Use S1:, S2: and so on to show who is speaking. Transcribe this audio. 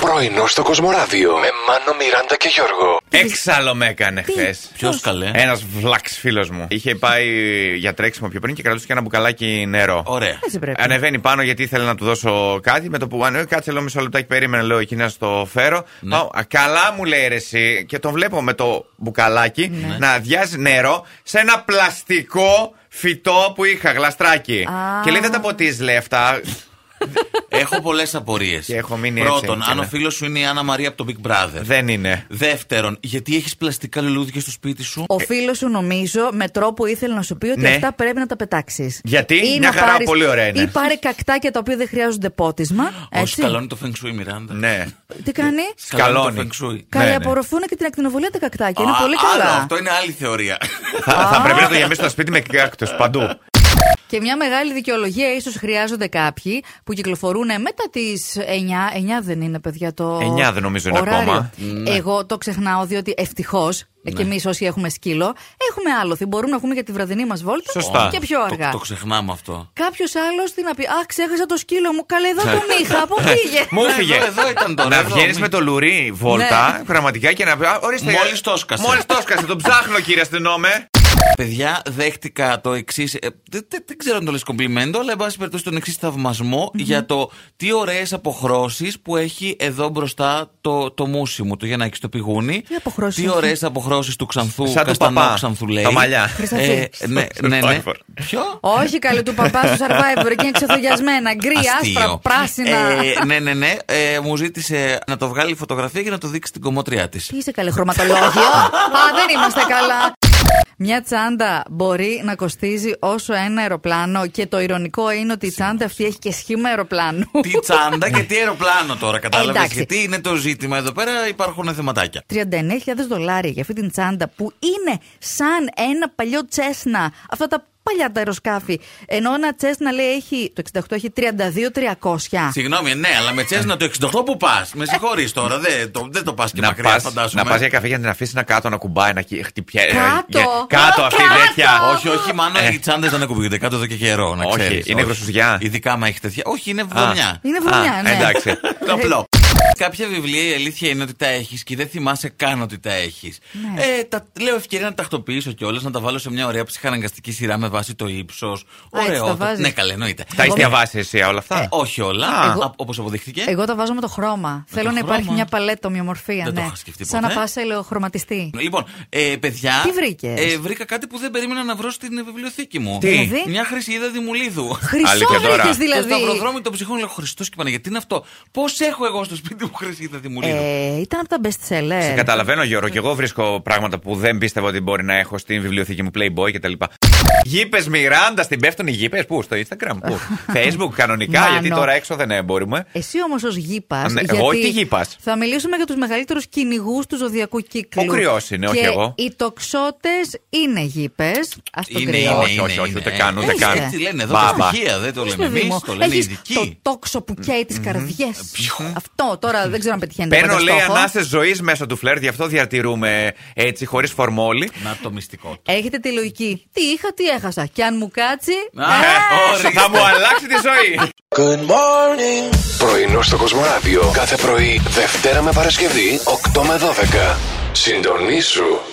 S1: Πρωινό στο Κοσμοράδιο με Μάνο, Μιράντα και Γιώργο.
S2: Έξαλλο με έκανε χθες.
S3: Ποιος καλέ.
S4: Ε,
S2: Ένας βλαξ φίλος μου. Είχε πάει για τρέξιμο πιο πριν και κρατούσε και ένα μπουκαλάκι νερό.
S3: Ωραία.
S4: Έτσι πρέπει.
S2: Ανεβαίνει πάνω γιατί ήθελε να του δώσω κάτι. Με το που ανέβει, κάτσε λέω μισό λεπτάκι, περίμενε, λέω εκεί να στο φέρω.
S3: Ναι.
S2: Πάω, «Α, καλά μου λέει ρε εσύ. Και τον βλέπω με το μπουκαλάκι
S3: Ναι.
S2: να αδειάζει νερό σε ένα πλαστικό φυτό που είχα, γλαστράκι.
S4: Α.
S2: Και λέει δεν τα ποτίζεις λέει αυτά.
S3: Έχω πολλές απορίες.
S2: Και έχω μείνει έτσι,
S3: Πρώτον,
S2: έτσι,
S3: αν ο
S2: ναι.
S3: φίλος σου είναι η Άννα Μαρία από το Big Brother.
S2: δεν είναι.
S3: Δεύτερον, γιατί έχεις πλαστικά λουλούδια στο σπίτι σου.
S4: Ο φίλος σου, νομίζω, με τρόπο ήθελε να σου πει ότι
S2: Ναι.
S4: αυτά πρέπει να τα πετάξεις.
S2: Γιατί? Μια χαρά, πολύ ωραία είναι.
S4: Ή πάρε κακτάκια τα οποία δεν χρειάζονται πότισμα.
S3: Όχι,
S4: Έτσι.
S3: σκαλώνει το Feng Shui, Μιράντα.
S2: Ναι.
S4: Τι κάνει.
S2: Σκαλώνει.
S3: Σκαλώνει. το Feng Shui.
S2: ναι.
S4: Καλιαπορροφούν και την ακτινοβολία τα κακτάκια. Είναι
S3: Α,
S4: πολύ
S3: άλλο,
S4: καλά.
S3: αυτό είναι άλλη θεωρία.
S2: θα, θα πρέπει να το γεμίσω το σπίτι με κάκτο παντού.
S4: Και μια μεγάλη δικαιολογία ίσως χρειάζονται κάποιοι που κυκλοφορούν μετά τις 9. 9 δεν είναι, παιδιά, το.
S2: 9 δεν νομίζω είναι
S4: ωράριο. Ναι.
S2: ακόμα. Ναι.
S4: Εγώ το ξεχνάω, διότι ευτυχώς και εμείς όσοι έχουμε σκύλο, έχουμε άλοθη. Μπορούμε να βγούμε για τη βραδινή μας βόλτα
S2: Σωστά.
S4: και πιο
S3: το,
S4: αργά.
S3: το ξεχνάμε αυτό.
S4: Κάποιος άλλος τι να πει. Α, ξέχασα το σκύλο μου. Καλέ, εδώ τον είχα. Πού πήγε.
S2: Μου έφυγε.
S3: Ναι, εδώ- εδώ ήταν τώρα,
S2: Να
S3: εδώ,
S2: βγαίνεις
S3: μη-
S2: με το λουρί βόλτα,
S4: Ναι.
S2: πραγματικά και να πει. «Α, Ορίστε.
S3: Μόλις το έσκασε.
S2: Μόλις το έσκασε. Τον ψάχνω, κύριε αστυνόμε.
S3: Παιδιά, δέχτηκα το εξής. δεν, δεν- δεν ξέρω αν το λες κομπλιμέντο, αλλά εν πάση περιπτώσει τον εξής για το τι ωραίες αποχρώσεις που έχει εδώ μπροστά το, το μουσι μου, το Γιαννάκη στο πηγούνι.
S4: Τι αποχρώσεις
S3: Τι
S4: έχει?
S3: ωραίες αποχρώσεις του Ξανθού,
S2: Σαν του
S3: Καστανό
S2: παπά.
S3: Ξανθουλέη.
S2: Τα μαλλιά.
S3: Ε, ναι, ναι, ναι.
S2: Survivor.
S3: Ποιο?
S4: Όχι, καλέ του παπά στο survivor. Εκεί είναι ξεθογιασμένα. Γκρι, άσπρα,
S3: Αστείο.
S4: πράσινα.
S3: Ε, ναι, ναι, ναι. Ε, μου ζήτησε να το βγάλει φωτογραφία και να το δείξει στην κομμότριά της.
S4: Τι είσαι καλέ χρωματολόγιο. Α, δεν είμαστε καλά. Μια τσάντα μπορεί να κοστίζει όσο ένα αεροπλάνο και το ηρωνικό είναι ότι η τσάντα αυτή έχει και σχήμα αεροπλάνου.
S3: τι τσάντα και τι αεροπλάνο τώρα, κατάλαβε.
S4: Ε, Εντάξει.
S3: Γιατί είναι το ζήτημα εδώ πέρα, υπάρχουν θεματάκια.
S4: 39.000 δολάρια για αυτή την τσάντα που είναι σαν ένα παλιό τσέσνα. Αυτά τα παλιά τα αεροσκάφη. Ενώ ένα τσέσνα λέει έχει, το 68 έχει 32.300.
S3: Συγγνώμη, ναι, αλλά με τσέσνα το 68 που πας. Με συγχωρείς τώρα, δεν το, δεν το πας και
S2: Να
S3: μακριά,
S2: πας-
S3: φαντάζομαι.
S2: να πας για καφέ για να την αφήσεις να κάτω να κουμπάει, να χι- χτυπιάει. ε,
S4: Κάτω.
S2: για- Κάτω αυτή η
S4: Κάτω.
S2: τέτοια.
S3: Όχι, όχι, μάλλον οι τσάντες δεν ακουμπιούνται κάτω εδώ και καιρό, να
S2: Ε. Όχι,
S3: ξέρεις.
S2: είναι γροσουζιά.
S3: Ειδικά άμα έχει τέτοια. Όχι, είναι βρωμιά.
S4: Είναι βρωμιά,
S2: Α,
S4: ναι.
S2: εντάξει.
S3: Το απλό. Κάποια βιβλία η αλήθεια είναι ότι τα έχεις και δεν θυμάσαι καν ότι τα έχεις.
S4: Ναι.
S3: Ε, τα, λέω ευκαιρία να τα τακτοποιήσω κιόλας, να τα βάλω σε μια ωραία ψυχαναγκαστική σειρά με βάση το ύψος.
S4: έτσι τα
S3: Ωραίο.
S4: βάζεις.
S3: Ναι, καλά, εννοείται. Ε,
S2: Τα έχεις διαβάσει εσύ όλα
S4: Ε,
S2: αυτά.
S3: Όχι όλα, όπω αποδείχτηκε.
S4: Εγώ τα βάζω με το χρώμα. Θέλω
S3: Ε? το
S4: να υπάρχει
S3: χρώμα.
S4: μια παλέτα, ομοιομορφία.
S3: Δεν το
S4: ναι.
S3: είχα σκεφτεί
S4: Σαν να
S3: ποτέ.
S4: πας σε ελαιοχρωματιστή.
S3: Λοιπόν, ε, παιδιά.
S4: Τι βρήκες?
S3: Ε, βρήκα κάτι που δεν περίμενα να βρω στην ε, βιβλιοθήκη μου. Ε,
S2: Τι?
S4: Δηλαδή?
S3: Μια χρυσίδα δημουλίδου.
S4: Χρυσό
S2: Αλήθεια τώρα.
S4: βρήκες δηλαδή.
S3: Το σταυροδρόμι των ψυχών λέω Χριστός και Παναγία. Τι είναι αυτό. Πώς έχω εγώ στο σπίτι μου χρυσίδα δημουλίδου.
S4: Ε, ήταν από τα best
S2: Σε
S4: seller.
S2: καταλαβαίνω, Γιώργο, και εγώ βρίσκω πράγματα που δεν πίστευα ότι μπορεί να έχω στην βιβλιοθήκη μου Playboy κτλ. Γήπες Μιράντα, στην πέφτουν οι γήπες. Πού, στο Instagram, πού. Facebook, κανονικά, γιατί
S4: Μάνο.
S2: τώρα έξω δεν ε, μπορούμε.
S4: Εσύ όμως ως γήπας.
S2: Ναι, εγώ τι γήπας?
S4: Θα μιλήσουμε για τους μεγαλύτερους κυνηγούς του ζωδιακού κύκλου.
S2: Ο κρυός είναι, όχι
S4: Και
S2: εγώ.
S4: Οι τοξότες είναι γήπες. Ας το
S3: Είναι,
S4: κρυό.
S3: είναι,
S2: Όχι,
S3: είναι,
S2: όχι, όχι,
S3: είναι.
S2: ούτε καν, ούτε
S4: καν.
S3: Έτσι λένε εδώ
S2: Μπαμπα.
S3: τα στοιχεία, δεν το
S4: Πώς,
S3: λέμε
S4: παιδί
S3: εμεί,
S4: μου,
S3: το λένε οι
S4: έχεις το
S3: ειδικοί.
S4: τόξο που καίει τις καρδιές. Αυτό τώρα δεν ξέρω αν πετυχαίνει. το
S2: Παίρνω, λέει,
S4: πρωτοστόχο.
S2: ανάσε ζωής μέσω του φλερ, γι' αυτό διατηρούμε έτσι, χωρίς φορμόλη.
S3: Να το μυστικό του.
S4: Έχετε τη λογική. Τι είχα, τι έχασα. Και αν μου κάτσει.
S3: Α,
S4: ε,
S3: ορίστε.
S2: Θα μου αλλάξει τη ζωή.
S1: Πρωινό στο Κοσμοράδιο κάθε πρωί, Δευτέρα με Παρασκευή, 8 με 12. Συντονίσου.